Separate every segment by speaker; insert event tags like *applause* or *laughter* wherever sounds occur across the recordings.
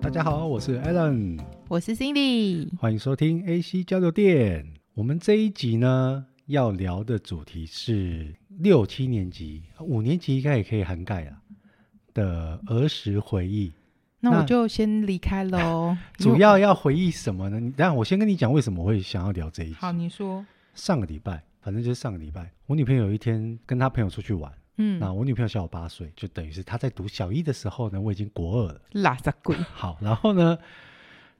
Speaker 1: 大家好，我是 Alan，
Speaker 2: 我是 Cindy。
Speaker 1: 欢迎收听 AC 交流店。我们这一集呢要聊的主题是六七年级、五年级应该也可以涵盖了的儿时回忆。
Speaker 2: 那
Speaker 1: 那。
Speaker 2: 我就先离开喽
Speaker 1: *laughs* 主要要回忆什么呢？你但我先跟你讲为什么我会想要聊这一
Speaker 2: 因为
Speaker 1: 集
Speaker 2: 我。好，你说，
Speaker 1: 上个礼拜，反正就是上个礼拜，我女朋友有一天跟她朋友出去玩。那
Speaker 2: 嗯，
Speaker 1: 我女朋友小我八岁，就等于是她在读小一的时候呢，我已经国二了。
Speaker 2: 拉萨鬼，
Speaker 1: 好，然后呢，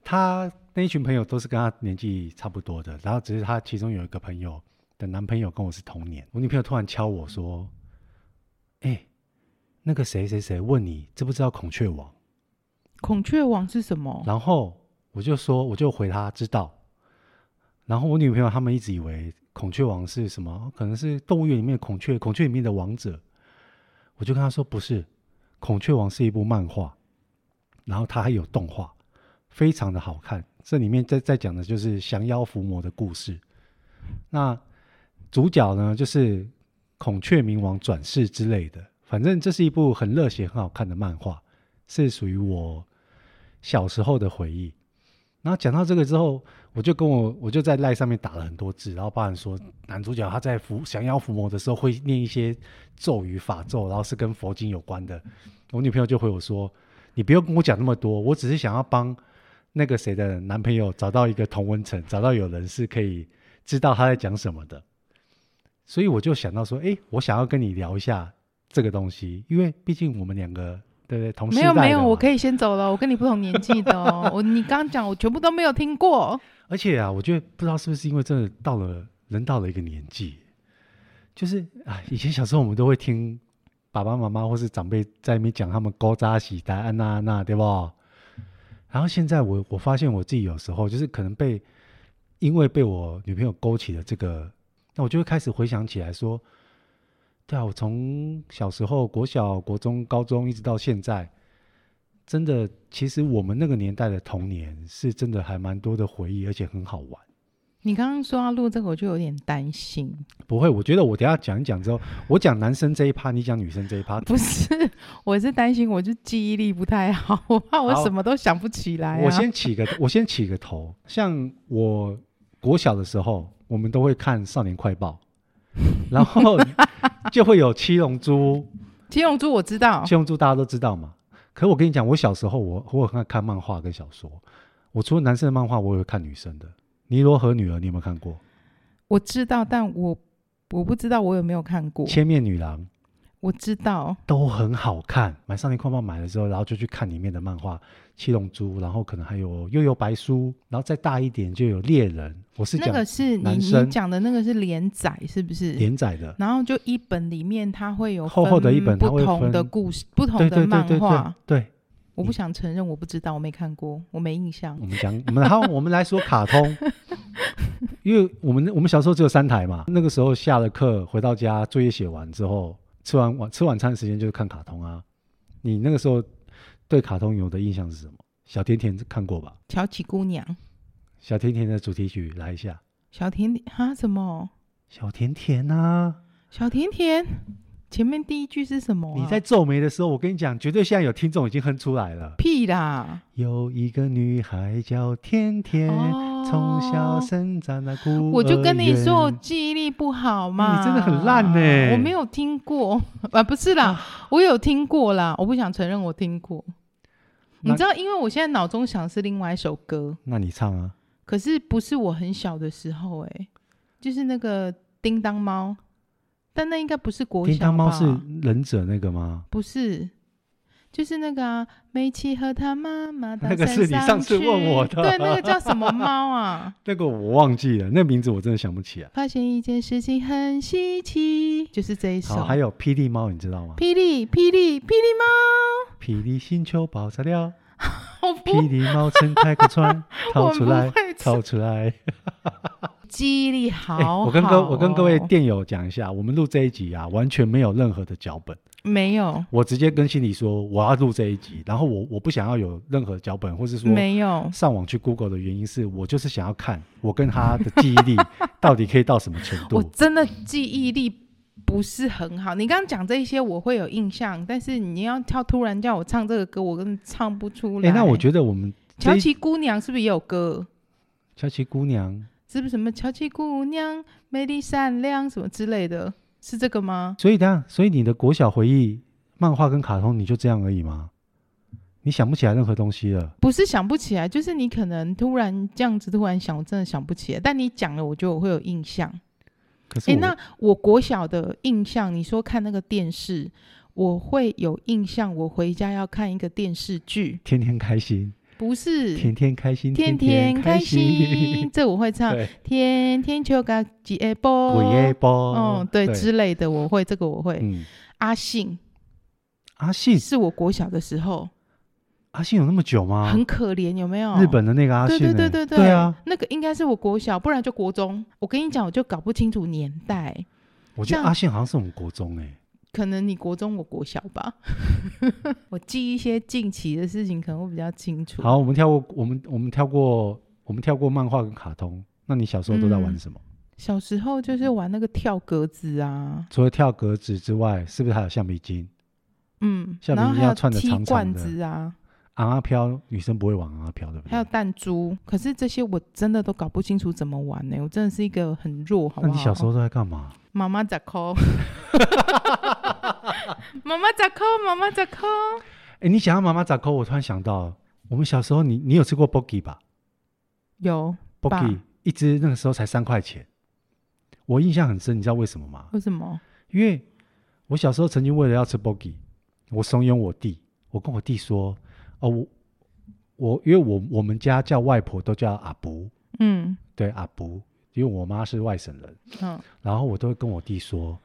Speaker 1: 她那一群朋友都是跟她年纪差不多的，然后只是她其中有一个朋友的男朋友跟我是同年。我女朋友突然敲我说：“哎、那个谁谁谁问你知不知道孔雀王？”
Speaker 2: 孔雀王是什么？
Speaker 1: 然后我就说，我就回他知道。然后我女朋友他们一直以为孔雀王是什么，哦可能是动物园里面的孔雀，孔雀里面的王者。我就跟她说不是，孔雀王是一部漫画，然后它还有动画，非常的好看。这里面在在讲的就是降妖伏魔的故事。那主角呢，就是孔雀明王转世之类的。反正这是一部很热血、很好看的漫画，是属于我小时候的回忆。然后讲到这个之后，我就跟我我就在赖上面打了很多字，然后包含说男主角他在伏降妖伏魔的时候会念一些咒语法咒，然后是跟佛经有关的。我女朋友就回我说：“你不用跟我讲那么多，我只是想要帮那个谁的男朋友找到一个同温层，找到有人是可以知道他在讲什么的。”所以我就想到说：“诶，我想要跟你聊一下这个东西，因为毕竟我们两个对不对同时
Speaker 2: 没有没有，我
Speaker 1: 以。
Speaker 2: 可以先走了。我跟你不同年纪的
Speaker 1: *laughs*
Speaker 2: 哦。我你刚刚讲，我全部都没有听过。
Speaker 1: 而且啊，我觉得不知道是不是因为真的到了人到了一个年纪，就是啊，以前小时候我们都会听爸爸妈妈或是长辈在那边讲他们高扎喜达安娜安娜，对不？然后现在我我发现我自己有时候就是可能被因为被我女朋友勾起了这个，那我就会开始回想起来说，对啊，我从小时候国小、国中、高中一直到现在，真的，其实我们那个年代的童年是真的还蛮多的回忆，而且很好玩。
Speaker 2: 你刚刚说要录这个，我就有点担心。
Speaker 1: 不会，我觉得我等一下讲一讲之后，我讲男生这一趴，你讲女生这一趴，
Speaker 2: 不是，我是担心，我就记忆力不太好，我怕我
Speaker 1: 好
Speaker 2: 什么都想不起来、啊。
Speaker 1: 我先起个， *laughs* 我先起个头。像我国小的时候，我们都会看《少年快报》，然
Speaker 2: *laughs*
Speaker 1: 后就会有《七龙珠》，
Speaker 2: 七龙珠我知道
Speaker 1: 《七，龙珠》大家都知道嘛。可我跟你讲，我小时候我我有看看漫画跟小说，我除了男生的漫画，我也会看女生的。《尼罗河女儿》你有没有看过？
Speaker 2: 我知道，但我我不知道我有没有看过。
Speaker 1: 《千面女郎》
Speaker 2: 我知道，
Speaker 1: 都很好看。买少年快报买了之后，然后就去看里面的漫画《七龙珠》，然后可能还有《悠悠白书》，然后再大一点就有《猎人》。我是
Speaker 2: 那
Speaker 1: 讲
Speaker 2: 个是你
Speaker 1: 男
Speaker 2: 你
Speaker 1: 生
Speaker 2: 讲的那个是连载是不是？
Speaker 1: 连载的，
Speaker 2: 然后就一本里面它会有
Speaker 1: 厚厚的一本
Speaker 2: 分
Speaker 1: 它
Speaker 2: 不
Speaker 1: 会
Speaker 2: 同的
Speaker 1: 分
Speaker 2: 故事、不同
Speaker 1: 对
Speaker 2: 的
Speaker 1: 对
Speaker 2: 漫
Speaker 1: 对对对
Speaker 2: 画。
Speaker 1: 对。
Speaker 2: 我不想承认，我不知道，我没看过，我没印象。
Speaker 1: 我们讲我们好， *laughs* 我们来说卡通，因为我们我们小时候只有三台嘛，那个时候下了课回到家，作业写完之后，吃完晚吃晚餐的时间就是看卡通啊。你那个时候对卡通有的印象是什么？小甜甜看过吧？
Speaker 2: 乔琪姑娘、
Speaker 1: 小甜甜的主题曲来一下，
Speaker 2: 小甜甜啊，什么？
Speaker 1: 小甜甜啊。
Speaker 2: 小甜甜，前面第一句是什么啊、
Speaker 1: 你在皱眉的时候，我跟你讲，绝对现在有听众已经哼出来了。
Speaker 2: 屁啦！
Speaker 1: 有一个女孩叫甜甜，
Speaker 2: 哦
Speaker 1: 从小生长在孤儿园。
Speaker 2: 我就跟你说，我记忆力不好嘛。
Speaker 1: 你真的很烂欸
Speaker 2: 我没有听过 *laughs* 啊，不是啦，我有听过啦，我不想承认我听过。你
Speaker 1: 那
Speaker 2: 知道，因为我现在脑中想的是另外一首歌，
Speaker 1: 那你唱啊，
Speaker 2: 可是不是我很小的时候、欸，就是那个叮当猫，但那应该不是国小
Speaker 1: 叮当猫
Speaker 2: 吧
Speaker 1: 是忍者那个吗？
Speaker 2: 不是，就是那个啊，煤气和他妈妈到
Speaker 1: 那个是
Speaker 2: 山
Speaker 1: 你
Speaker 2: 上
Speaker 1: 上次
Speaker 2: 去
Speaker 1: 问我的
Speaker 2: 对，那个叫什么猫啊？
Speaker 1: *laughs* 那个我忘记了，那名字我真的想不起来。
Speaker 2: 发现一件事情很稀奇，就是哦这一首。
Speaker 1: 好，还有霹雳猫，你知道
Speaker 2: *laughs*
Speaker 1: 吗？
Speaker 2: 霹雳霹雳霹雳猫，
Speaker 1: 霹雳星球爆炸了，
Speaker 2: 我不
Speaker 1: 霹雳猫撑开个窗，逃出
Speaker 2: *laughs* 我
Speaker 1: 来
Speaker 2: 不会，唱
Speaker 1: 逃出来。
Speaker 2: 记忆力好
Speaker 1: 哎
Speaker 2: 好哦、
Speaker 1: *laughs*
Speaker 2: 哦
Speaker 1: 我跟各我跟各位电友讲一下，我们录这一集啊，完全没有任何的脚本。
Speaker 2: 没有
Speaker 1: 我直接跟心里说我要录这一集，然后我我不想要有任何脚本，或是说
Speaker 2: 没有，
Speaker 1: 上网去 Google 的原因是我就是想要看我跟他的记忆力到底可以到什么程
Speaker 2: 我
Speaker 1: 度。
Speaker 2: 真的记忆力不是很好。你刚刚讲这些我会有印象，但是你要跳突然叫我唱这个歌，我根本唱不出来。
Speaker 1: 哎，那我觉得我们这
Speaker 2: 乔
Speaker 1: 一
Speaker 2: 琪姑娘是不是也有歌？
Speaker 1: 乔琪姑娘，
Speaker 2: 是不是什么乔琪姑娘美丽善良什么之类的？是这个吗？
Speaker 1: 所以等一下，所以你的国小回忆，漫画跟卡通，你就这样而已吗？你想不起来任何东西了？
Speaker 2: 不是想不起来，就是你可能突然这样子突然想，我真的想不起来。但你讲了，我觉得我会有印象。
Speaker 1: 可是
Speaker 2: 诶，
Speaker 1: 我，
Speaker 2: 那我国小的印象，你说看那个电视，我会有印象。我回家要看一个电视剧，
Speaker 1: 天天开心，
Speaker 2: 不是
Speaker 1: 天天开心，
Speaker 2: 天
Speaker 1: 天
Speaker 2: 开
Speaker 1: 心，
Speaker 2: 这我会唱。
Speaker 1: *laughs* 对，
Speaker 2: 天天秋嘎吉诶
Speaker 1: 鬼耶
Speaker 2: 波，
Speaker 1: 波，
Speaker 2: 嗯，对之类的，我会这个我会。
Speaker 1: 嗯，
Speaker 2: 阿信
Speaker 1: 阿信，
Speaker 2: 是我国小的时候，
Speaker 1: 阿信有那么久吗？
Speaker 2: 很可怜，有没有？
Speaker 1: 啊日本的那个阿信、
Speaker 2: 对
Speaker 1: 欸，
Speaker 2: 哦对对对
Speaker 1: 对，啊，，
Speaker 2: 那个应该是我国小，不然就国中。我跟你讲，我就搞不清楚年代，
Speaker 1: 我觉得
Speaker 2: 像
Speaker 1: 阿信好像是我们国中哎、
Speaker 2: 可能你国中，我国小
Speaker 1: *laughs*
Speaker 2: 吧。我记一些近期的事情，可能会比较清楚。
Speaker 1: 好，我们跳过，我们我们跳过，我们跳过漫画跟卡通。那你小时候都在玩
Speaker 2: 嗯
Speaker 1: 什么？
Speaker 2: 小时候就是玩那个跳格子啊，
Speaker 1: 除了跳格子之外，是不是还有橡皮筋？
Speaker 2: 嗯，
Speaker 1: 像
Speaker 2: 然后
Speaker 1: 明
Speaker 2: 还
Speaker 1: 星要
Speaker 2: 有
Speaker 1: 穿得
Speaker 2: 踢
Speaker 1: 长长
Speaker 2: 罐
Speaker 1: 的
Speaker 2: 子啊，
Speaker 1: 昂阿飘，女生不会玩昂阿飘，对不
Speaker 2: 还有
Speaker 1: 对？
Speaker 2: 弹珠。可是这些我真的都搞不清楚怎么玩呢、我真的是一个很弱，好不
Speaker 1: 那
Speaker 2: 好？
Speaker 1: 你小时候都在干嘛？
Speaker 2: 妈妈在哭，妈妈在哭，妈妈在哭。
Speaker 1: 哎，你想要妈妈咋扣？我突然想到，我们小时候你你有吃过 Bogi 吧
Speaker 2: 有
Speaker 1: ？Bogi 一只那个时候才三块钱，我印象很深，你知道为什么吗？
Speaker 2: 为什么？
Speaker 1: 因为我小时候曾经为了要吃 Bogi，我怂恿我弟，我跟我弟说，哦，我我因为我我们家叫外婆都叫阿伯，
Speaker 2: 嗯
Speaker 1: 对阿伯，因为我妈是外省人，
Speaker 2: 嗯，
Speaker 1: 然后我都会跟我弟说，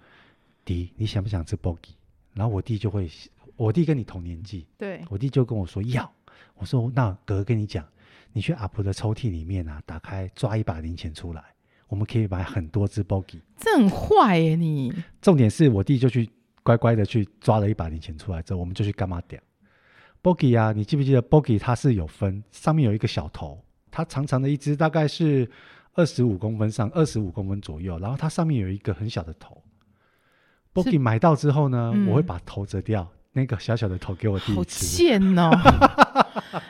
Speaker 1: 弟，你想不想吃 Bogi？然后我弟就会，我弟跟你同年纪，
Speaker 2: 对，
Speaker 1: 我弟就跟我说要，我说那哥跟你讲，你去阿婆的抽屉里面啊，打开抓一把零钱出来，我们可以买很多只 Bogi。
Speaker 2: 这很坏耶、你。
Speaker 1: 重点是我弟就去乖乖的去抓了一把零钱出来之后，我们就去干嘛点 Bogi 啊，你记不记得 Bogi 它是有分，上面有一个小头，它长长的一只，大概是二十五公分上二十五公分左右，然后它上面有一个很小的头。Bogi 买到之后呢，
Speaker 2: 嗯
Speaker 1: 我会把头折掉，那个小小的头给我弟
Speaker 2: 好
Speaker 1: 吃。
Speaker 2: 贱哦！ *laughs*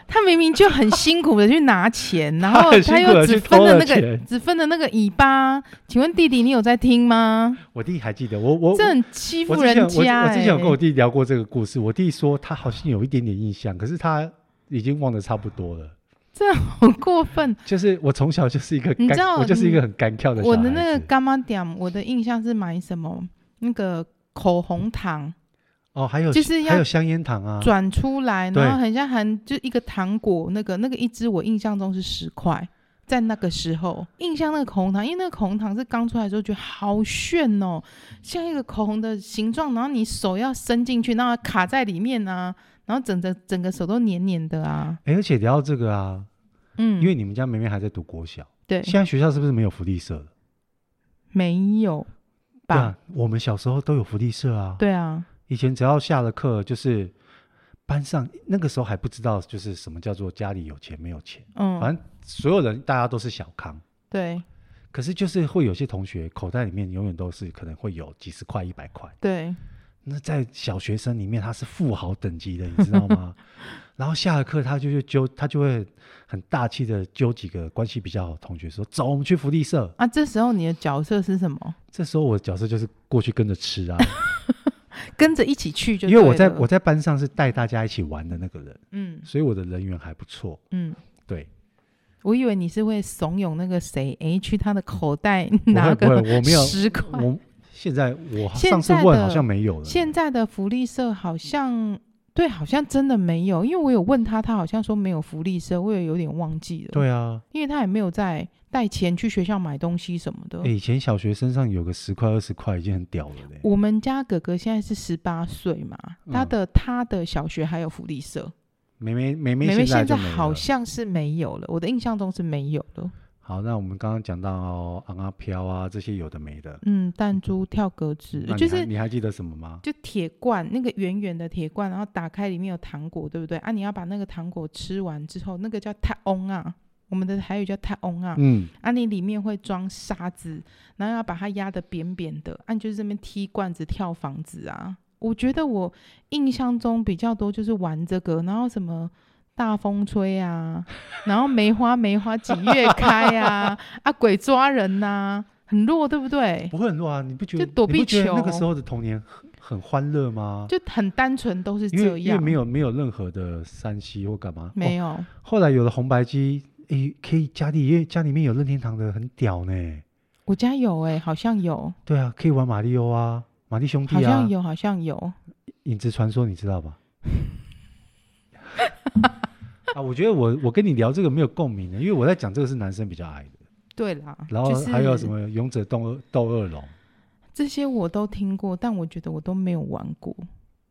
Speaker 2: 他明明就很辛苦的去拿钱，然后
Speaker 1: 很
Speaker 2: 他
Speaker 1: 辛苦
Speaker 2: 又
Speaker 1: 地
Speaker 2: 只
Speaker 1: 去
Speaker 2: 分
Speaker 1: 偷
Speaker 2: 了
Speaker 1: 了
Speaker 2: 那个
Speaker 1: 钱
Speaker 2: 只分了那个尾巴。请问弟弟，你有在听吗？
Speaker 1: 我弟还记得我我
Speaker 2: 这很欺
Speaker 1: 我
Speaker 2: 负
Speaker 1: 之前
Speaker 2: 人
Speaker 1: 我
Speaker 2: 家、欸
Speaker 1: 我之前有跟我弟聊过这个故事，我弟说他好像有一点点印象，可是他已经忘得差不多了。
Speaker 2: 很过分。
Speaker 1: 就是我从小就是一个
Speaker 2: 你知道
Speaker 1: 干，我就是一个很干跳的小
Speaker 2: 我
Speaker 1: 孩子。
Speaker 2: 的那个干妈点，我的印象是买什么？那个口红糖
Speaker 1: 哦，还有
Speaker 2: 就是要
Speaker 1: 还有香烟糖啊，
Speaker 2: 转出来，
Speaker 1: 对
Speaker 2: 然后很像含就一个糖果，那个那个一支我印象中是十块，在那个时候印象那个口红糖，因为那个口红糖是刚出来的时候觉得好炫哦，像一个口红的形状，然后你手要伸进去，然后卡在里面啊，然后整个整个手都黏黏的啊，
Speaker 1: 哎而且聊到这个啊，
Speaker 2: 嗯，
Speaker 1: 因为你们家梅梅还在读国小，
Speaker 2: 对
Speaker 1: 现在学校是不是没有福利社了？
Speaker 2: 没有
Speaker 1: 对
Speaker 2: 吧？
Speaker 1: 啊，我们小时候都有福利社啊。，
Speaker 2: 对啊，
Speaker 1: 以前只要下了课，就是班上那个时候还不知道就是什么叫做家里有钱没有钱，
Speaker 2: 嗯，
Speaker 1: 反正所有人大家都是小康。
Speaker 2: 对
Speaker 1: 可是就是会有些同学口袋里面永远都是可能会有几十块、一百块，
Speaker 2: 对，
Speaker 1: 那在小学生里面，他是富豪等级的，你知道
Speaker 2: *laughs*
Speaker 1: 吗？然后下了课，他就去揪，他就会很大气的揪几个关系比较好的同学说：“走，我们去福利社。
Speaker 2: 啊，这时候你的角色是什么？”
Speaker 1: 这时候我的角色就是过去跟着吃啊，
Speaker 2: 跟着一起去就
Speaker 1: 因为我在
Speaker 2: 对了
Speaker 1: 我在班上是带大家一起玩的那个人，
Speaker 2: 嗯
Speaker 1: 所以我的人缘还不错。
Speaker 2: 嗯。
Speaker 1: 对，
Speaker 2: 我以为你是会怂恿那个谁，诶，去他的口袋
Speaker 1: 不
Speaker 2: *laughs* 拿
Speaker 1: 会不
Speaker 2: 个
Speaker 1: 会，我没有，
Speaker 2: 十块。
Speaker 1: 我现在我
Speaker 2: 现
Speaker 1: 上次
Speaker 2: 在
Speaker 1: 问
Speaker 2: 的
Speaker 1: 好像没有了，
Speaker 2: 现在的福利社好像对，好像真的没有，因为我有问他，他好像说没有福利社，我也有点忘记了。，
Speaker 1: 对啊，
Speaker 2: 因为他也没有在带钱去学校买东西什么的。
Speaker 1: 哎诶以前小学身上有个十块二十块已经很屌了嘞。
Speaker 2: 我们家哥哥现在是十八岁嘛，他
Speaker 1: 嗯
Speaker 2: 的他的小学还有福利社，
Speaker 1: 妹妹妹妹
Speaker 2: 妹妹现
Speaker 1: 就
Speaker 2: 在
Speaker 1: 没
Speaker 2: 好
Speaker 1: 了
Speaker 2: 像是没有了，我的印象中是没有了。
Speaker 1: 好，那我们刚刚讲到昂啊飘啊这些有的没的，
Speaker 2: 嗯，弹珠跳格子
Speaker 1: 那你
Speaker 2: 就是
Speaker 1: 还你还记得什么吗？
Speaker 2: 就铁罐，那个圆圆的铁罐，然后打开里面有糖果，对不对？啊，你要把那个糖果吃完之后，那个叫太翁啊，我们的台语叫太翁啊，
Speaker 1: 嗯，
Speaker 2: 啊，你里面会装沙子，然后要把它压得扁扁的，啊，你就是这边踢罐子、跳房子啊。我觉得我印象中比较多就是玩这个，然后什么大风吹啊，然后梅花梅花几月开啊， *laughs* 啊鬼抓人呐、很弱对不对？
Speaker 1: 不会很弱啊，你不觉得？
Speaker 2: 就躲
Speaker 1: 你
Speaker 2: 避
Speaker 1: 不觉得那
Speaker 2: 球
Speaker 1: 个时候的童年很很欢乐吗？
Speaker 2: 就很单纯都是
Speaker 1: 因
Speaker 2: 这
Speaker 1: 为因为
Speaker 2: 样，
Speaker 1: 没有没有任何的山西或干嘛，
Speaker 2: 没
Speaker 1: 哦、
Speaker 2: 有、
Speaker 1: 后来有了红白机，诶、可以家里也家里面有任天堂的，很屌呢。
Speaker 2: 我家有哎、好像有，
Speaker 1: 对啊，可以玩马里奥啊，马里兄弟
Speaker 2: 好
Speaker 1: 啊
Speaker 2: 像，有，好像有，
Speaker 1: 影子传说你知
Speaker 2: *laughs*
Speaker 1: 道吧？啊，我觉得我我跟你聊这个没有共鸣的，因为我在讲这个是男生比较爱的，
Speaker 2: 对啦。
Speaker 1: 然后
Speaker 2: 就是
Speaker 1: 还有什么勇者斗恶斗恶龙，
Speaker 2: 这些我都听过，但我觉得我都没有玩过。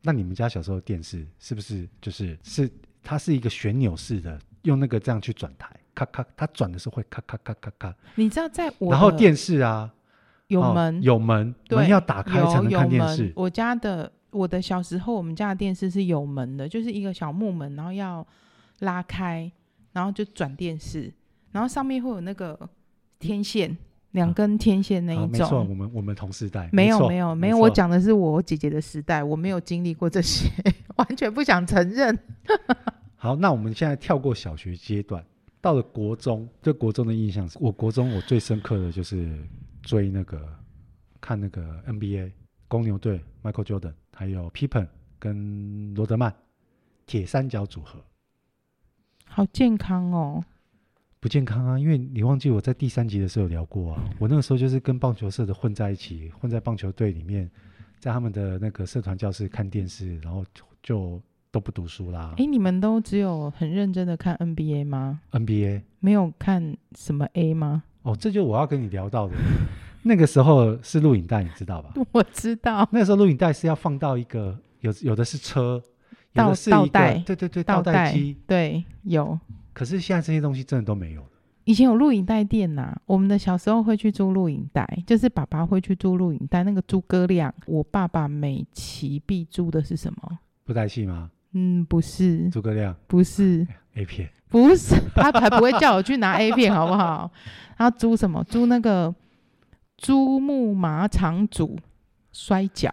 Speaker 1: 那你们家小时候的电视是不是就是是它是一个旋钮式的，用那个这样去转台，咔咔，它转的时候会咔咔咔咔咔，
Speaker 2: 你知道，在我
Speaker 1: 然后
Speaker 2: 的
Speaker 1: 电视啊
Speaker 2: 有
Speaker 1: 哦
Speaker 2: 门、
Speaker 1: 有门
Speaker 2: 对
Speaker 1: 门要打开
Speaker 2: 有
Speaker 1: 才能看
Speaker 2: 有
Speaker 1: 电
Speaker 2: 门
Speaker 1: 视，
Speaker 2: 我家的我的小时候，我们家的电视是有门的，就是一个小木门，然后要拉开，然后就转电视，然后上面会有那个天线，两
Speaker 1: 啊
Speaker 2: 根天线那
Speaker 1: 好，
Speaker 2: 一
Speaker 1: 没错，我
Speaker 2: 种。
Speaker 1: 们我们同时代，
Speaker 2: 没有
Speaker 1: 错
Speaker 2: 没有
Speaker 1: 没
Speaker 2: 没有，我
Speaker 1: 错
Speaker 2: 讲的是我姐姐的时代，我没有经历过这些， *laughs* 完全不想承认。
Speaker 1: 好，那我们现在跳过小学阶段，到了国中，对国中的印象是，我国中我最深刻的就是追那个看那个 NBA 公牛队 Michael Jordan，还有 Pippen 跟罗德曼铁三角组合。
Speaker 2: 好健康哦，
Speaker 1: 不健康啊，因为你忘记我在第三集的时候有聊过啊，我那个时候就是跟棒球社的混在一起，混在棒球队里面，在他们的那个社团教室看电视，然后就就都不读书啦。
Speaker 2: 诶，你们都只有很认真的看 NBA 吗？
Speaker 1: NBA
Speaker 2: 没有看什么 A 吗？ *laughs*
Speaker 1: 哦，这就我要跟你聊到的。那个时候是录影带，你知道吧？
Speaker 2: 我知道，
Speaker 1: 那时候录影带是要放到一个有有的是车，有
Speaker 2: 倒
Speaker 1: 的是一
Speaker 2: 倒带
Speaker 1: 个对对对
Speaker 2: 倒
Speaker 1: 倒带机。
Speaker 2: 对，有。
Speaker 1: 可是现在这些东西真的都没有了。
Speaker 2: 以前有录影带店呐、我们的小时候会去租录影带，就是爸爸会去租录影带。那个诸葛亮，我爸爸每期必租的是什么？
Speaker 1: 布袋戏吗？
Speaker 2: 嗯，不是，
Speaker 1: 诸葛亮
Speaker 2: 不是，
Speaker 1: A 片
Speaker 2: 不是， *laughs* 他才不会叫我去拿 A 片，好不好？他租什么？租那个珠穆马场主摔跤。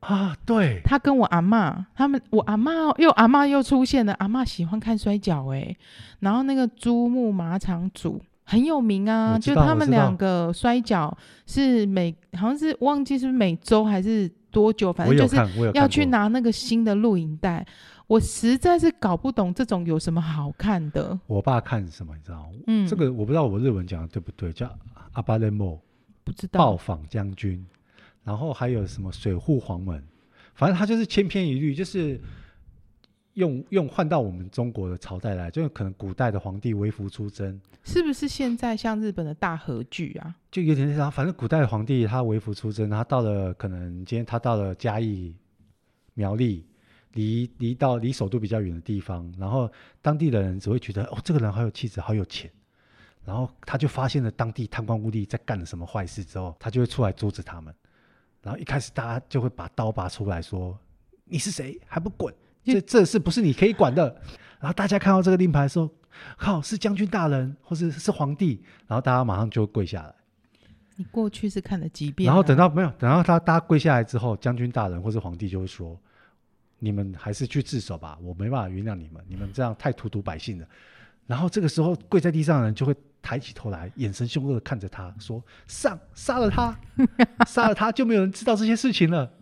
Speaker 1: 啊，对，
Speaker 2: 他跟我阿嬷，他们我阿嬷又阿嬷又出现了，阿嬷喜欢看摔跤哎、然后那个珠穆马场主很有名啊，
Speaker 1: 我知
Speaker 2: 就
Speaker 1: 道
Speaker 2: 他
Speaker 1: 我
Speaker 2: 们
Speaker 1: 知道
Speaker 2: 两个摔跤是每好像是忘记是不是每周还是多久，反
Speaker 1: 我
Speaker 2: 正
Speaker 1: 有
Speaker 2: 就是
Speaker 1: 看，我有
Speaker 2: 要
Speaker 1: 看
Speaker 2: 去
Speaker 1: 过
Speaker 2: 拿那个新的录影带，我实在是搞不懂这种有什么好看的，
Speaker 1: 我爸看什么，你知道吗？
Speaker 2: 嗯，
Speaker 1: 这个我不知道我日文讲的对不对，叫阿巴雷莫
Speaker 2: 不知
Speaker 1: 暴
Speaker 2: 道，
Speaker 1: 坊将军，然后还有什么水户黄门，反正他就是千篇一律，就是用用换到我们中国的朝代来，就是可能古代的皇帝微服出征，
Speaker 2: 是不是现在像日本的大和剧啊？
Speaker 1: 就有点像，反正古代的皇帝他微服出征，他到了可能今天他到了嘉义、苗栗，离离到离首都比较远的地方，然后当地的人只会觉得哦，这个人好有气质，好有钱，然后他就发现了当地贪官污吏在干了什么坏事之后，他就会出来阻止他们，然后一开始大家就会把刀拔出来说你是谁还不滚，
Speaker 2: 就
Speaker 1: 这这事不是你可以管的，然后大家看到这个令牌说靠是将军大人或是是皇帝，然后大家马上就跪下来。
Speaker 2: 你过去是看的几遍、啊
Speaker 1: 然后等
Speaker 2: 到
Speaker 1: 到没有，等到他大家跪下来之后，将军大人或是皇帝就会说：“你们还是去自首吧，我没办法原谅你们，你们这样太荼毒百姓了。”然后这个时候跪在地上的人就会抬起头来，眼神凶恶的看着他说：“上，杀了
Speaker 2: *laughs*
Speaker 1: 他，杀了他，就没有人知道这些事情了。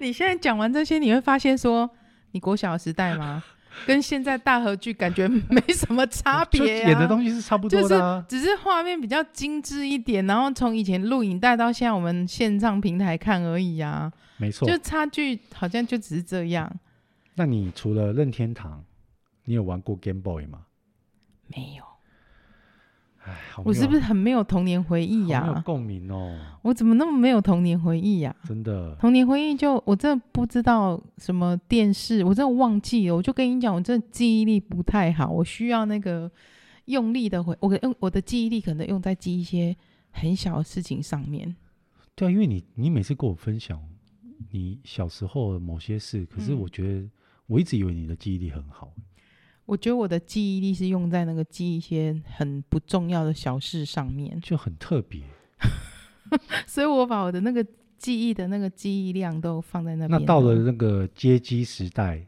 Speaker 2: 你现在讲完这些，你会发现说，你国小的时代吗？
Speaker 1: *laughs*
Speaker 2: 跟现在大合剧感觉没什么差
Speaker 1: 就
Speaker 2: 别、啊，
Speaker 1: 演的东西是差不多的、啊。
Speaker 2: 只是画面比较精致一点，然后从以前录影带到现在我们线上平台看而已啊，
Speaker 1: 没错
Speaker 2: 就。差距好像就只是这样。
Speaker 1: 那你除了任天堂，你有玩过 Game Boy 吗？
Speaker 2: 没有，
Speaker 1: 哎，好哦没有
Speaker 2: 我是不是很没有童年回忆呀、
Speaker 1: 好没有共鸣哦？
Speaker 2: 我怎么那么没有童年回忆啊呀、
Speaker 1: 真的，
Speaker 2: 童年回忆就我真的不知道什么电视，我真的忘记了。我就跟你讲，我真的记忆力不太好，我需要那个用力的回，我可用我的记忆力可能用在记一些很小的事情上面。
Speaker 1: 对啊，因为你你每次跟我分享你小时候的某些事，可是
Speaker 2: 嗯
Speaker 1: 我觉得我一直以为你的记忆力很好，
Speaker 2: 我觉得我的记忆力是用在那个记一些很不重要的小事上面， *laughs*
Speaker 1: 就很特别。
Speaker 2: 所以我把我的那个记忆的那个记忆量都放在那
Speaker 1: 那
Speaker 2: 边。哦
Speaker 1: 到了那个街机时代，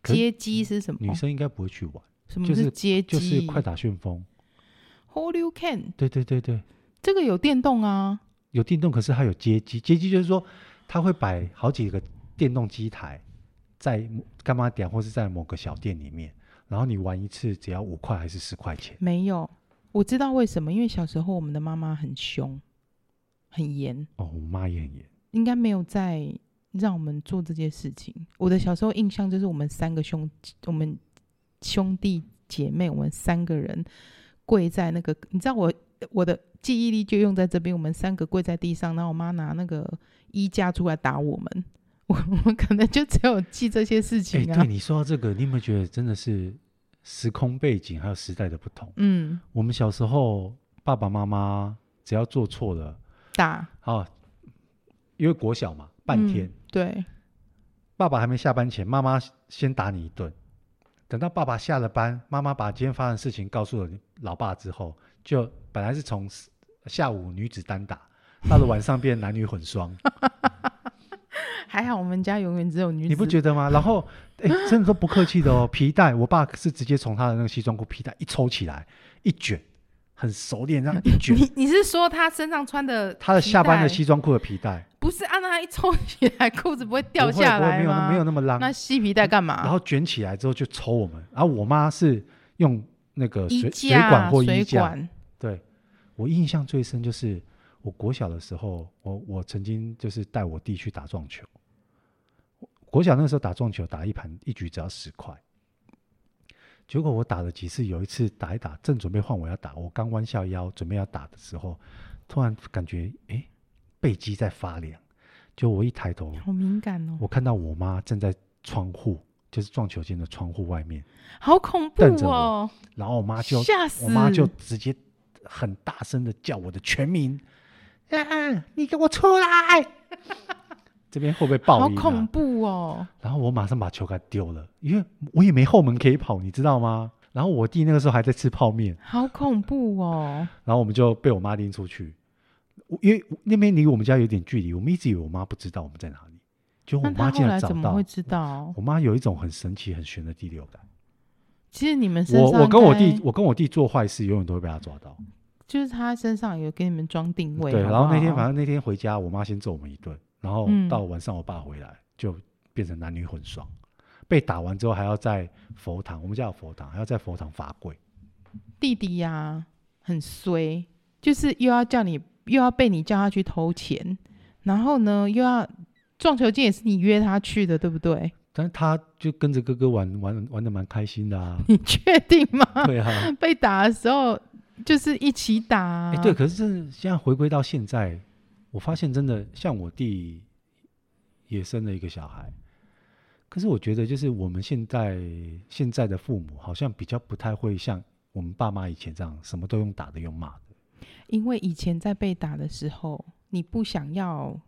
Speaker 1: 可
Speaker 2: 街机是什
Speaker 1: 女
Speaker 2: 么？
Speaker 1: 生应该不会去玩，
Speaker 2: 什么
Speaker 1: 就是
Speaker 2: 哦街机？
Speaker 1: 就是快打旋风。
Speaker 2: Hold you can，
Speaker 1: 对对对对，
Speaker 2: 这个有电动啊，
Speaker 1: 有电动，可是它有街机。街机就是说，它会摆好几个电动机台在某干嘛点，或是在某个小店里面，然后你玩一次只要五块还是十块钱。
Speaker 2: 没有。我知道为什么，因为小时候我们的妈妈很凶，很严，
Speaker 1: 哦，我妈也很严，
Speaker 2: 应该没有在让我们做这件事情。我的小时候印象就是我们三个兄，我们兄弟姐妹，我们三个人跪在那个，你知道我我的记忆力就用在这边，我们三个跪在地上，然后我妈拿那个衣架出来打我们。 *laughs* 我我可能就只有记这些事
Speaker 1: 哎、
Speaker 2: 情啊
Speaker 1: 对，你说到这个，你有没有觉得真的是时空背景还有时代的不同？
Speaker 2: 嗯，
Speaker 1: 我们小时候爸爸妈妈只要做错了，
Speaker 2: 打
Speaker 1: 啊，因为国小嘛，半天，
Speaker 2: 嗯对，
Speaker 1: 爸爸还没下班前，妈妈先打你一顿。等到爸爸下了班，妈妈把今天发生的事情告诉了老爸之后，就本来是从下午女子单打，到了晚上变男女混双，
Speaker 2: 还好我们家永远只有女子，
Speaker 1: 你不觉
Speaker 2: *laughs*
Speaker 1: 得吗？然后，哎，真的都不客气的哦，皮带，我爸是直接从他的那个西装裤皮带一抽起来，一卷，很熟练，这样一卷，
Speaker 2: 你你是说他身上穿的
Speaker 1: 他的
Speaker 2: 皮
Speaker 1: 下班
Speaker 2: 带
Speaker 1: 的西装裤的皮带
Speaker 2: 不是按照他一抽起来，裤子不会掉
Speaker 1: 不会
Speaker 2: 下
Speaker 1: 不会
Speaker 2: 来
Speaker 1: 没有那
Speaker 2: 吗？
Speaker 1: 没有那么浪，
Speaker 2: 那系皮带干嘛？
Speaker 1: 然后卷起来之后就抽我们。然后我妈是用那个
Speaker 2: 衣
Speaker 1: 水水
Speaker 2: 架、
Speaker 1: 管或
Speaker 2: 水
Speaker 1: 衣架。
Speaker 2: 管
Speaker 1: 对，我印象最深就是我国小的时候，我我曾经就是带我弟去打撞球。国小那时候打撞球，打一盘一局只要十块。结果我打了几次，有一次打一打，正准备换我要打，我刚弯下腰准备要打的时候，突然感觉诶背肌在发凉，就我一抬头，
Speaker 2: 好敏感哦，
Speaker 1: 我看到我妈站在窗户，就是撞球间的窗户外面，
Speaker 2: 好恐怖
Speaker 1: 瞪着
Speaker 2: 哦，
Speaker 1: 然后我妈就
Speaker 2: 吓死！
Speaker 1: 我妈就直接很大声的叫我的全名，啊啊，你给我出来！ *laughs* 这边会不会
Speaker 2: 好
Speaker 1: 爆音、
Speaker 2: 恐
Speaker 1: 啊？
Speaker 2: 怖哦，
Speaker 1: 然后我马上把球给它丢了，因为我也没后门可以跑，你知道吗？然后我弟那个时候还在吃泡面，
Speaker 2: 好恐怖哦，
Speaker 1: 然后我们就被我妈拎出去，我因为那边离我们家有点距离，我们一直以为我妈不知道我们在哪里，结果
Speaker 2: 那
Speaker 1: 我
Speaker 2: 他
Speaker 1: 妈
Speaker 2: 后
Speaker 1: 竟
Speaker 2: 来
Speaker 1: 然找
Speaker 2: 怎么
Speaker 1: 到
Speaker 2: 会。知道？
Speaker 1: 我妈有一种很神奇、很玄的第六感。
Speaker 2: 其实你们身
Speaker 1: 我
Speaker 2: 上
Speaker 1: 我跟我
Speaker 2: 应
Speaker 1: 弟
Speaker 2: 该，，
Speaker 1: 我跟我弟做坏事，永远都会被他抓到。
Speaker 2: 就是他身上有给你们装定位，
Speaker 1: 对，
Speaker 2: 好不
Speaker 1: 然后那天
Speaker 2: 好
Speaker 1: 反正那天回家，我妈先揍我们一顿，然后
Speaker 2: 嗯
Speaker 1: 到晚上我爸回来就变成男女混双，被打完之后还要在佛堂，我们家有佛堂，还要在佛堂罚跪。
Speaker 2: 弟弟呀、很衰，就是又要叫你，又要被你叫他去偷钱，然后呢又要撞球间也是你约他去的，对不对？，
Speaker 1: 但是他就跟着哥哥玩玩玩的蛮开心的啊
Speaker 2: *laughs* 你确定吗？
Speaker 1: 对啊，哎、
Speaker 2: 被打的时候就是一起打、啊
Speaker 1: 对，可是真的现在回归到现在，我发现真的像我弟也生了一个小孩，可是我觉得就是我们现在现在的父母好像比较不太会像我们爸妈以前这样，什么都用打的用骂的。
Speaker 2: 因为以前在被打的时候，你不想要，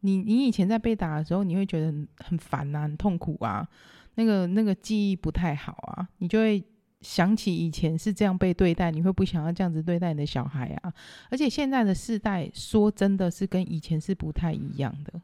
Speaker 2: 你你以前在被打的时候，你会觉得很很烦呐、很痛苦啊，那个那个记忆不太好啊，你就会想起以前是这样被对待，你会不想要这样子对待你的小孩啊。而且现在的世代，说真的是跟以前是不太一样的。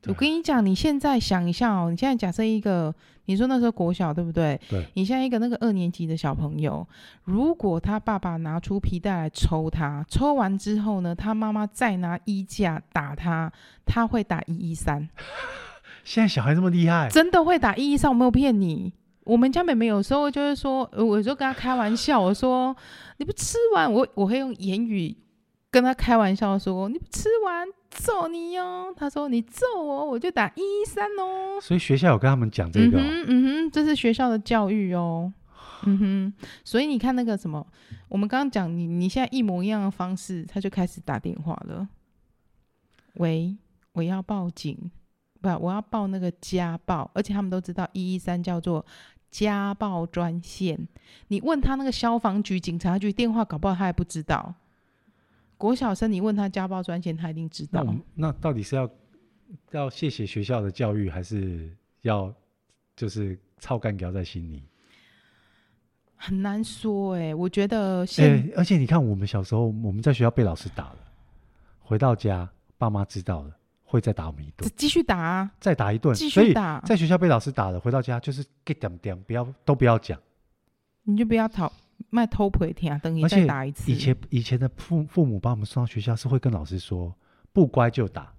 Speaker 1: 对
Speaker 2: 我跟你讲，你现在想一下哦，你现在假设一个，你说那时候国小对不对？
Speaker 1: 对
Speaker 2: 你现在一个那个二年级的小朋友，如果他爸爸拿出皮带来抽他，抽完之后呢，他妈妈再拿衣架打他，他会打一一三，
Speaker 1: 现在小孩这么厉害，
Speaker 2: 真的会打一一三，我没有骗你。我们家妹妹有时候就会说，呃我就跟她开玩笑，我说你不吃完，我我会用言语跟她开玩笑说你不吃完揍你哦。她说你揍我，我就打一一三哦。
Speaker 1: 所以学校有跟他们讲这个哦、
Speaker 2: 嗯哼，嗯哼，这是学校的教育哦。嗯哼，所以你看那个什么，我们刚刚讲你，你现在一模一样的方式，他就开始打电话了。喂，我要报警，不，我要报那个家暴，而且他们都知道一一三叫做家暴专线。你问他那个消防局、警察局电话，搞不好他还不知道。国小生，你问他家暴专线，他一定知
Speaker 1: 那
Speaker 2: 道
Speaker 1: 我。们那到底是要要谢谢学校的教育，还是要就是操干掉在心里？
Speaker 2: 很难说哎、我觉得
Speaker 1: 哎、
Speaker 2: 现、
Speaker 1: 而且你看，我们小时候我们在学校被老师打了，回到家爸妈知道了，会再打我们一顿，
Speaker 2: 继续打、啊，
Speaker 1: 再打一顿。
Speaker 2: 继
Speaker 1: 所
Speaker 2: 续
Speaker 1: 以
Speaker 2: 打，
Speaker 1: 在学校被老师打了，回到家就是 get 点点，不要都不要讲。
Speaker 2: 你就不要讨卖偷赔听啊，等你
Speaker 1: 而
Speaker 2: 再
Speaker 1: 且
Speaker 2: 打一次。
Speaker 1: 以前以前的父父母把我们送到学校是会跟老师说不乖就打，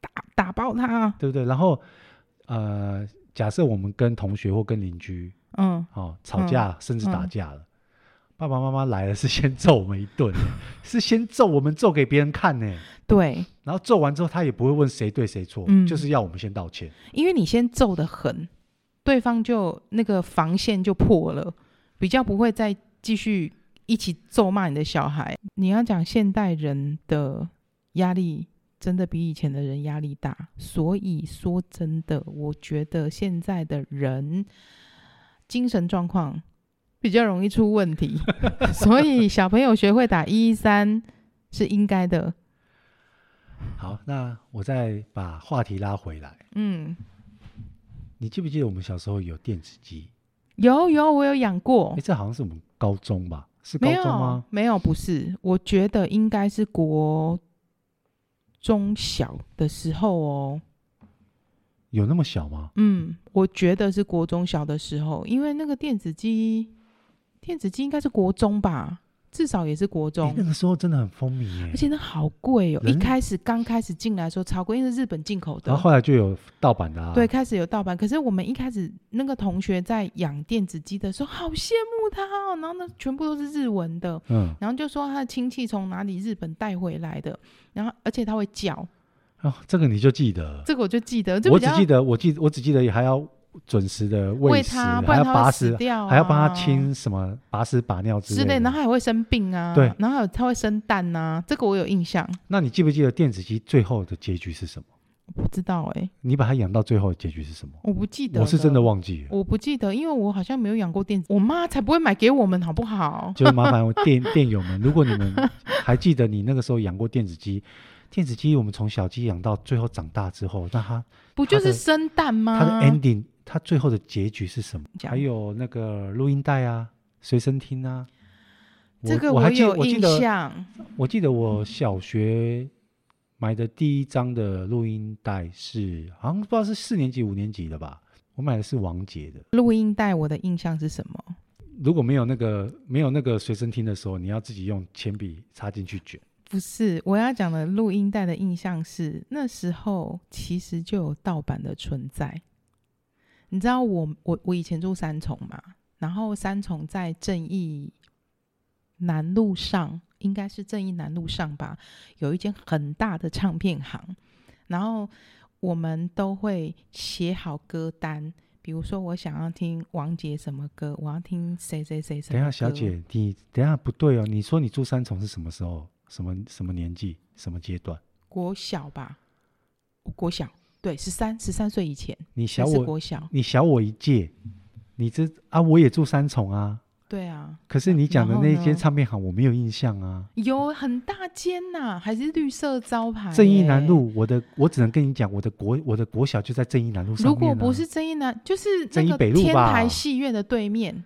Speaker 2: 打打爆他啊，
Speaker 1: 对不对？然后呃，假设我们跟同学或跟邻居
Speaker 2: 嗯，
Speaker 1: 哦吵架，甚至打架了，爸爸妈妈来了是先揍我们一顿，是先揍我们揍给别人看呢。
Speaker 2: 对，
Speaker 1: 然后揍完之后，他也不会问谁对谁错，
Speaker 2: 嗯
Speaker 1: 就是要我们先道歉。
Speaker 2: 因为你先揍的狠，对方就那个防线就破了，比较不会再继续一起咒骂你的小孩。你要讲现代人的压力真的比以前的人压力大，所以说真的，我觉得现在的人精神状况比较容易出问题，所以小朋友学会打一一三是应该的。
Speaker 1: 好，那我再把话题拉回来，
Speaker 2: 嗯，
Speaker 1: 你记不记得我们小时候有电子鸡？
Speaker 2: 有有，我有养过
Speaker 1: 哎、。这好像是我们高中吧？是高
Speaker 2: 没
Speaker 1: 中
Speaker 2: 有
Speaker 1: 吗？，
Speaker 2: 没有，不是，我觉得应该是国中小的时候哦。
Speaker 1: 有那么小吗？
Speaker 2: 嗯，我觉得是国中小的时候，因为那个电子机，电子机应该是国中吧，至少也是国
Speaker 1: 诶
Speaker 2: 中，
Speaker 1: 那个时候真的很风靡耶、
Speaker 2: 而且那好贵哦。一
Speaker 1: 人
Speaker 2: 开始刚开始进来的时候超贵，因为是日本进口的。
Speaker 1: 然后后来就有盗版的啊。
Speaker 2: 对，，开始有盗版。可是我们一开始那个同学在养电子机的时候，好羡慕他哦。然后呢，全部都是日文的，
Speaker 1: 嗯，
Speaker 2: 然后就说他的亲戚从哪里日本带回来的，然后而且他会叫，
Speaker 1: 然后哦这个你就记得，
Speaker 2: 这个我就记得，就
Speaker 1: 我
Speaker 2: 比
Speaker 1: 只
Speaker 2: 较
Speaker 1: 记得，我记，我只记得还要准时的喂食，
Speaker 2: 他，不
Speaker 1: 还
Speaker 2: 然
Speaker 1: 要
Speaker 2: 他会
Speaker 1: 把
Speaker 2: 死
Speaker 1: 屎，
Speaker 2: 掉、啊，
Speaker 1: 还要帮他清什么把屎把尿之
Speaker 2: 之
Speaker 1: 类
Speaker 2: 类，
Speaker 1: 的。
Speaker 2: 然后还会生病啊，
Speaker 1: 对
Speaker 2: 然后还有他会生蛋呐、这个我有印象，
Speaker 1: 那你记不记得电子鸡最后的结局是什么？
Speaker 2: 我不知道哎、
Speaker 1: 你把它养到最后的结局是什么？
Speaker 2: 我不记得，
Speaker 1: 我是真的，忘记了。
Speaker 2: 我不记得，因为我好像没有养过电子，我妈才不会买给我们，好不好？
Speaker 1: 就麻烦我
Speaker 2: *laughs*
Speaker 1: 电电友们，如果你们还记得你那个时候养过电子鸡，
Speaker 2: *laughs*
Speaker 1: 电子鸡我们从小鸡养到最后长大之后，那它
Speaker 2: 不就
Speaker 1: 她
Speaker 2: 是
Speaker 1: 的
Speaker 2: 生蛋吗？
Speaker 1: 它的 ending，它最后的结局是什么？
Speaker 2: 讲
Speaker 1: 还有那个录音带啊，随身听啊，我
Speaker 2: 这个
Speaker 1: 我还记
Speaker 2: 有
Speaker 1: 我记
Speaker 2: 印
Speaker 1: 得
Speaker 2: 象，
Speaker 1: 我记得我小学买的第一张的录音带是好像不知道是四年级五年级的吧，我买的是王杰的。
Speaker 2: 录音带我的印象是什么？
Speaker 1: 如果没有那个没有那个随身听的时候，你要自己用铅笔插进去卷。
Speaker 2: 不是，我要讲的录音带的印象是，那时候其实就有盗版的存在。你知道我我我以前住三重嘛，然后三重在正义南路上，应该是正义南路上吧，有一间很大的唱片行，然后我们都会写好歌单，比如说我想要听王杰什么歌，我要听谁谁谁什么
Speaker 1: 等一
Speaker 2: 歌。
Speaker 1: 下，小姐，你等一下不对哦。你说你住三重是什么时候？什么什么年纪？什么阶段？
Speaker 2: 国小吧，国小对，十三十三岁以前，
Speaker 1: 你
Speaker 2: 还
Speaker 1: 小
Speaker 2: 是
Speaker 1: 我，
Speaker 2: 国小，
Speaker 1: 你小我一届。你这啊，我也住三重啊。
Speaker 2: 对啊，
Speaker 1: 可是你讲的
Speaker 2: 然后
Speaker 1: 那
Speaker 2: 呢
Speaker 1: 间唱片行，我没有印象啊。
Speaker 2: 有很大间呐、还是绿色招牌、
Speaker 1: 正义南。路，我的我只能跟你讲，我的国我的国小就在正义南路上
Speaker 2: 如
Speaker 1: 面、啊。
Speaker 2: 果不是正义南，就是
Speaker 1: 正义
Speaker 2: 那个
Speaker 1: 北路吧
Speaker 2: 天台戏院的对面，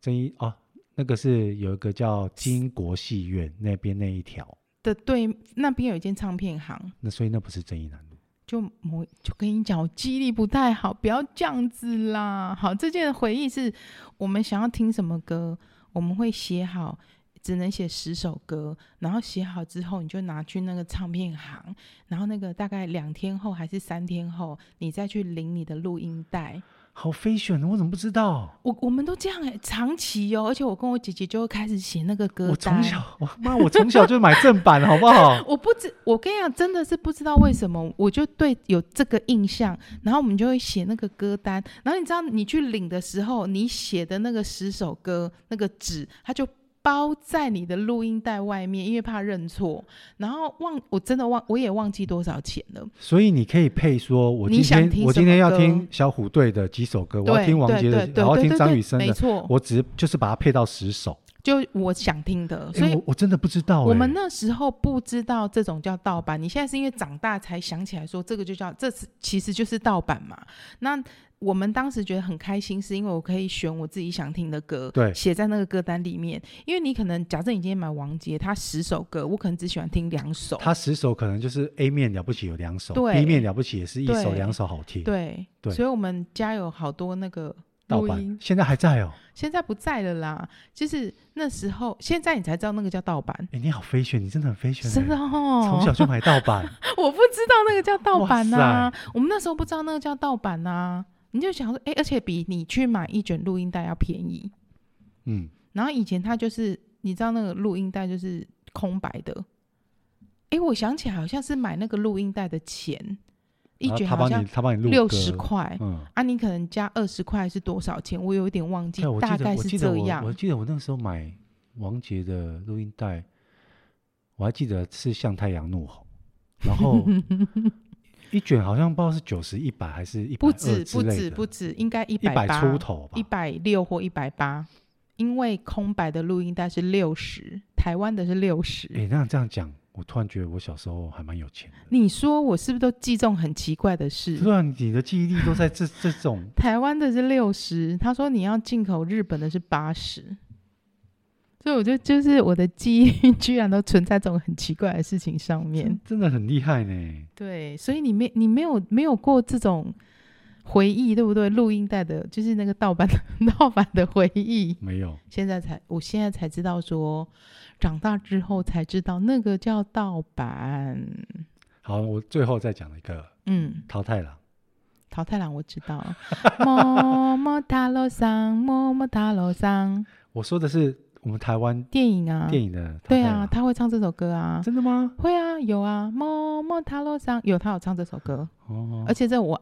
Speaker 1: 正义哦，那个是有一个叫金国戏院那边那一条，
Speaker 2: 的对那边有一间唱片行，
Speaker 1: 那所以那不是正义南路。
Speaker 2: 就某就跟你讲，我记忆力不太好，不要这样子啦。好，这件回忆是我们想要听什么歌，我们会写好，只能写十首歌，然后写好之后，你就拿去那个唱片行，然后那个大概两天后还是三天后，你再去领你的录音带。
Speaker 1: 好飞选，我怎么不知道？
Speaker 2: 我我们都这样哎、长期哦，而且我跟我姐姐就会开始写那个歌
Speaker 1: 我
Speaker 2: 单。
Speaker 1: 从小，我妈，我从小就买正
Speaker 2: *laughs*
Speaker 1: 版，好不好？
Speaker 2: 我不知，我跟你讲，真的是不知道为什么，我就对有这个印象，然后我们就会写那个歌单，然后你知道你去领的时候，你写的那个十首歌那个纸，它就。包在你的录音带外面，因为怕认错，然后忘我真的忘，我也忘记多少钱了。
Speaker 1: 所以你可以配说，我今
Speaker 2: 你想
Speaker 1: 天
Speaker 2: 听
Speaker 1: 我
Speaker 2: 什
Speaker 1: 今天
Speaker 2: 么
Speaker 1: 要
Speaker 2: 歌
Speaker 1: 听小虎队的几首歌，我要
Speaker 2: 对
Speaker 1: 听王
Speaker 2: 对
Speaker 1: 杰的
Speaker 2: 对，
Speaker 1: 我要
Speaker 2: 对对
Speaker 1: 听
Speaker 2: 对
Speaker 1: 张
Speaker 2: 对
Speaker 1: 雨生
Speaker 2: 没
Speaker 1: 的，
Speaker 2: 错，
Speaker 1: 我只就是把它配到十首，
Speaker 2: 就我想听的，
Speaker 1: 诶
Speaker 2: 所以
Speaker 1: 我我真的不知道、诶
Speaker 2: 我们那时候不知道这种叫盗版，你现在是因为长大才想起来说这个就叫，这是其实就是盗版嘛。那我们当时觉得很开心，是因为我可以选我自己想听的歌，
Speaker 1: 对
Speaker 2: 写在那个歌单里面。因为你可能假设你今天买王杰，他十首歌，我可能只喜欢听两首，
Speaker 1: 他十首可能就是 A 面了不起有两首
Speaker 2: 对
Speaker 1: ，B 面了不起也是一首
Speaker 2: 对
Speaker 1: 两首好听，
Speaker 2: 对，
Speaker 1: 对
Speaker 2: 所以我们家有好多那个
Speaker 1: 盗
Speaker 2: 录音
Speaker 1: 版现在还在哦。
Speaker 2: 现在不在了啦。就是那时候，现在你才知道那个叫盗版，
Speaker 1: 哎，你好飞旋，你真的很飞旋、欸，
Speaker 2: 真的哦。
Speaker 1: 从小就买盗版， *laughs*
Speaker 2: *laughs* 我不知道那个叫盗版呐、
Speaker 1: 哇
Speaker 2: 啊，我们那时候不知道那个叫盗版呐、啊，你就想说，哎、而且比你去买一卷录音带要便宜。
Speaker 1: 嗯，
Speaker 2: 然后以前它就是，你知道那个录音带就是空白的，哎、我想起来好像是买那个录音带的钱， *laughs* 一
Speaker 1: 然后
Speaker 2: 卷
Speaker 1: 他
Speaker 2: 好
Speaker 1: 帮
Speaker 2: 像
Speaker 1: 你他帮你录
Speaker 2: 六
Speaker 1: 歌
Speaker 2: 十，块。
Speaker 1: 嗯，
Speaker 2: 啊，你可能加二十块是多少钱？我有一点忘记
Speaker 1: 对，，啊我
Speaker 2: 大
Speaker 1: 记得
Speaker 2: 概
Speaker 1: 我
Speaker 2: 是
Speaker 1: 记得
Speaker 2: 这
Speaker 1: 我
Speaker 2: 样
Speaker 1: 我。记得我那时候买王杰的录音带，我还记得是向太阳怒吼，然
Speaker 2: *laughs*
Speaker 1: 后一卷好像不知道是九十一百还是一百
Speaker 2: 不
Speaker 1: 二
Speaker 2: 止
Speaker 1: 之
Speaker 2: 不
Speaker 1: 类
Speaker 2: 止
Speaker 1: 的，
Speaker 2: 不止，应该一
Speaker 1: 一百
Speaker 2: 八
Speaker 1: 出头吧
Speaker 2: 一，百六或一百八，因为空白的录音带是六十，台湾的是六十、
Speaker 1: 哎、那这样讲，我突然觉得我小时候还蛮有钱的。
Speaker 2: 你说我是不是都记中很奇怪的事？
Speaker 1: 对啊，你的记忆力都在这 *laughs* 这种，
Speaker 2: 台湾的是六十，他说你要进口日本的是八十，所以我就就是我的记忆居然都存在这种很奇怪的事情上面
Speaker 1: 真。真的很厉害呢。
Speaker 2: 对，所以你没你没有没有过这种回忆，对不对？录音带的就是那个盗版的 *laughs* 盗版的回忆。
Speaker 1: 没有，
Speaker 2: 现在才，我现在才知道说，长大之后才知道那个叫盗版。
Speaker 1: 好，我最后再讲一个
Speaker 2: 嗯，
Speaker 1: 桃太郎，
Speaker 2: 桃太郎我知道，
Speaker 1: *laughs*
Speaker 2: 么么塔罗桑，么么塔罗桑，
Speaker 1: 我说的是我们台湾
Speaker 2: 电影啊，
Speaker 1: 电影的桃
Speaker 2: 对
Speaker 1: 太郎。
Speaker 2: 啊，他会唱这首歌啊，
Speaker 1: 真的吗？
Speaker 2: 会啊，有啊，么么塔罗桑，有他有唱这首歌，
Speaker 1: 哦
Speaker 2: 而，且这我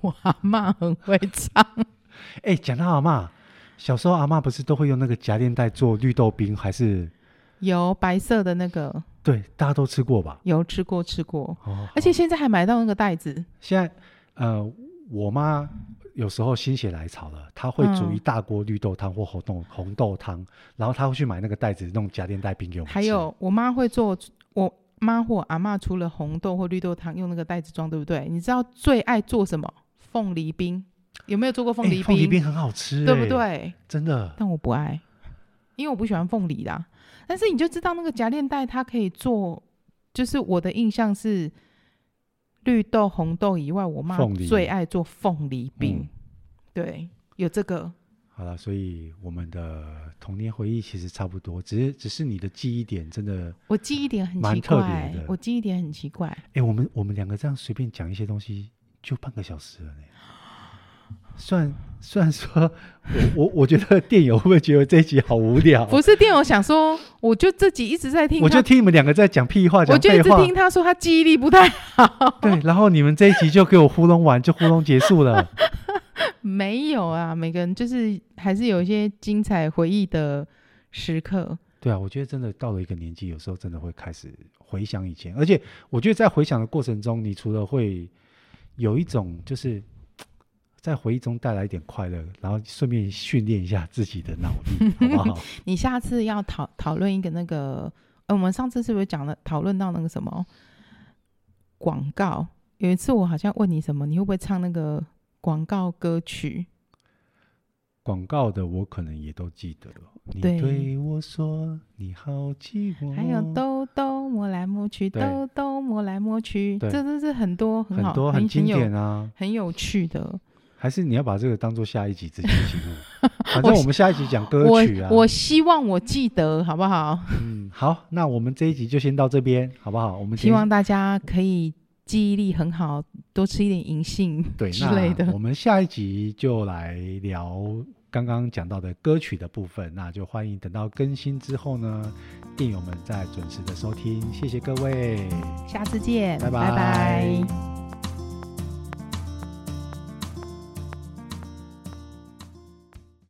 Speaker 2: 我阿妈很会唱， *laughs*
Speaker 1: 哎、讲到阿嬷，小时候阿嬷不是都会用那个夹链袋做绿豆冰，还是
Speaker 2: 有白色的那个，
Speaker 1: 对，大家都吃过吧？
Speaker 2: 有吃过吃过，
Speaker 1: 哦，
Speaker 2: 而且现在还买到那个袋子，
Speaker 1: 现在呃，我妈有时候心血来潮了，她会煮
Speaker 2: 嗯
Speaker 1: 一大锅绿豆汤或红豆红豆汤，然后她会去买那个袋子弄夹链带冰给我们吃。
Speaker 2: 还有我妈会做，我妈或阿嬷除了红豆或绿豆汤用那个袋子装，对不对？你知道最爱做什么？凤梨冰，有没有做过凤
Speaker 1: 哎
Speaker 2: 梨
Speaker 1: 凤
Speaker 2: 冰？
Speaker 1: 梨冰很好吃、
Speaker 2: 对不
Speaker 1: 哎？
Speaker 2: 对？
Speaker 1: 真的，
Speaker 2: 但我不爱，因为我不喜欢凤梨啦。但是你就知道那个夹链袋它可以做，就是我的印象是绿豆、红豆以外，我妈
Speaker 1: 凤梨
Speaker 2: 最爱做凤梨冰。
Speaker 1: 嗯
Speaker 2: 对，有这个
Speaker 1: 好了，所以我们的童年回忆其实差不多，只是只是你的记忆点真的，
Speaker 2: 我记忆点很
Speaker 1: 蛮
Speaker 2: 奇
Speaker 1: 特别
Speaker 2: 怪
Speaker 1: 的，
Speaker 2: 我记忆点很奇怪。
Speaker 1: 哎、我们我们两个这样随便讲一些东西就半个小时了呢。虽然虽然说，我我我觉得电友会不会觉得这一集好无聊？
Speaker 2: 不是店友想说，我就自己一直在听
Speaker 1: 我
Speaker 2: 他
Speaker 1: 就听你们两个在讲屁话，
Speaker 2: 我
Speaker 1: 讲
Speaker 2: 就一
Speaker 1: 废
Speaker 2: 直
Speaker 1: 话
Speaker 2: 听。他说他记忆力不太好，
Speaker 1: 对，然后你们这一集就给我糊弄完，就糊弄结束
Speaker 2: *laughs*
Speaker 1: 了。
Speaker 2: 没有啊，每个人就是还是有一些精彩回忆的时刻。
Speaker 1: 对啊，我觉得真的到了一个年纪，有时候真的会开始回想以前，而且我觉得在回想的过程中，你除了会有一种就是在回忆中带来一点快乐，然后顺便训练一下自己的脑力，好不
Speaker 2: *laughs*
Speaker 1: 好？
Speaker 2: 你下次要讨讨论一个那个，呃，我们上次是不是讲了讨论到那个什么广告？有一次我好像问你什么，你会不会唱那个广告歌曲？
Speaker 1: 广告的我可能也都记得。你
Speaker 2: 对
Speaker 1: 对我说你好寂寞，
Speaker 2: 还有兜兜摸来摸去，
Speaker 1: 对
Speaker 2: 兜兜摸来摸去，
Speaker 1: 对
Speaker 2: 这都是很多很
Speaker 1: 很
Speaker 2: 好
Speaker 1: 多
Speaker 2: 很
Speaker 1: 很经典
Speaker 2: 有
Speaker 1: 啊。
Speaker 2: 很有趣的。
Speaker 1: 还是你要把这个当做下一集自己记
Speaker 2: *laughs*
Speaker 1: 录？反正我们下一集讲歌曲啊。
Speaker 2: 我我希望我记得，好不好？
Speaker 1: 嗯，好，那我们这一集就先到这边，好不好？我们今
Speaker 2: 希望大家可以记忆力很好，多吃一点银杏
Speaker 1: 对
Speaker 2: 之类
Speaker 1: 那
Speaker 2: 的
Speaker 1: 我。们下一集就来聊刚刚讲到的歌曲的部分，那就欢迎等到更新之后呢，电友们再准时的收听，谢谢各位，
Speaker 2: 下次见，
Speaker 1: 拜
Speaker 2: 拜拜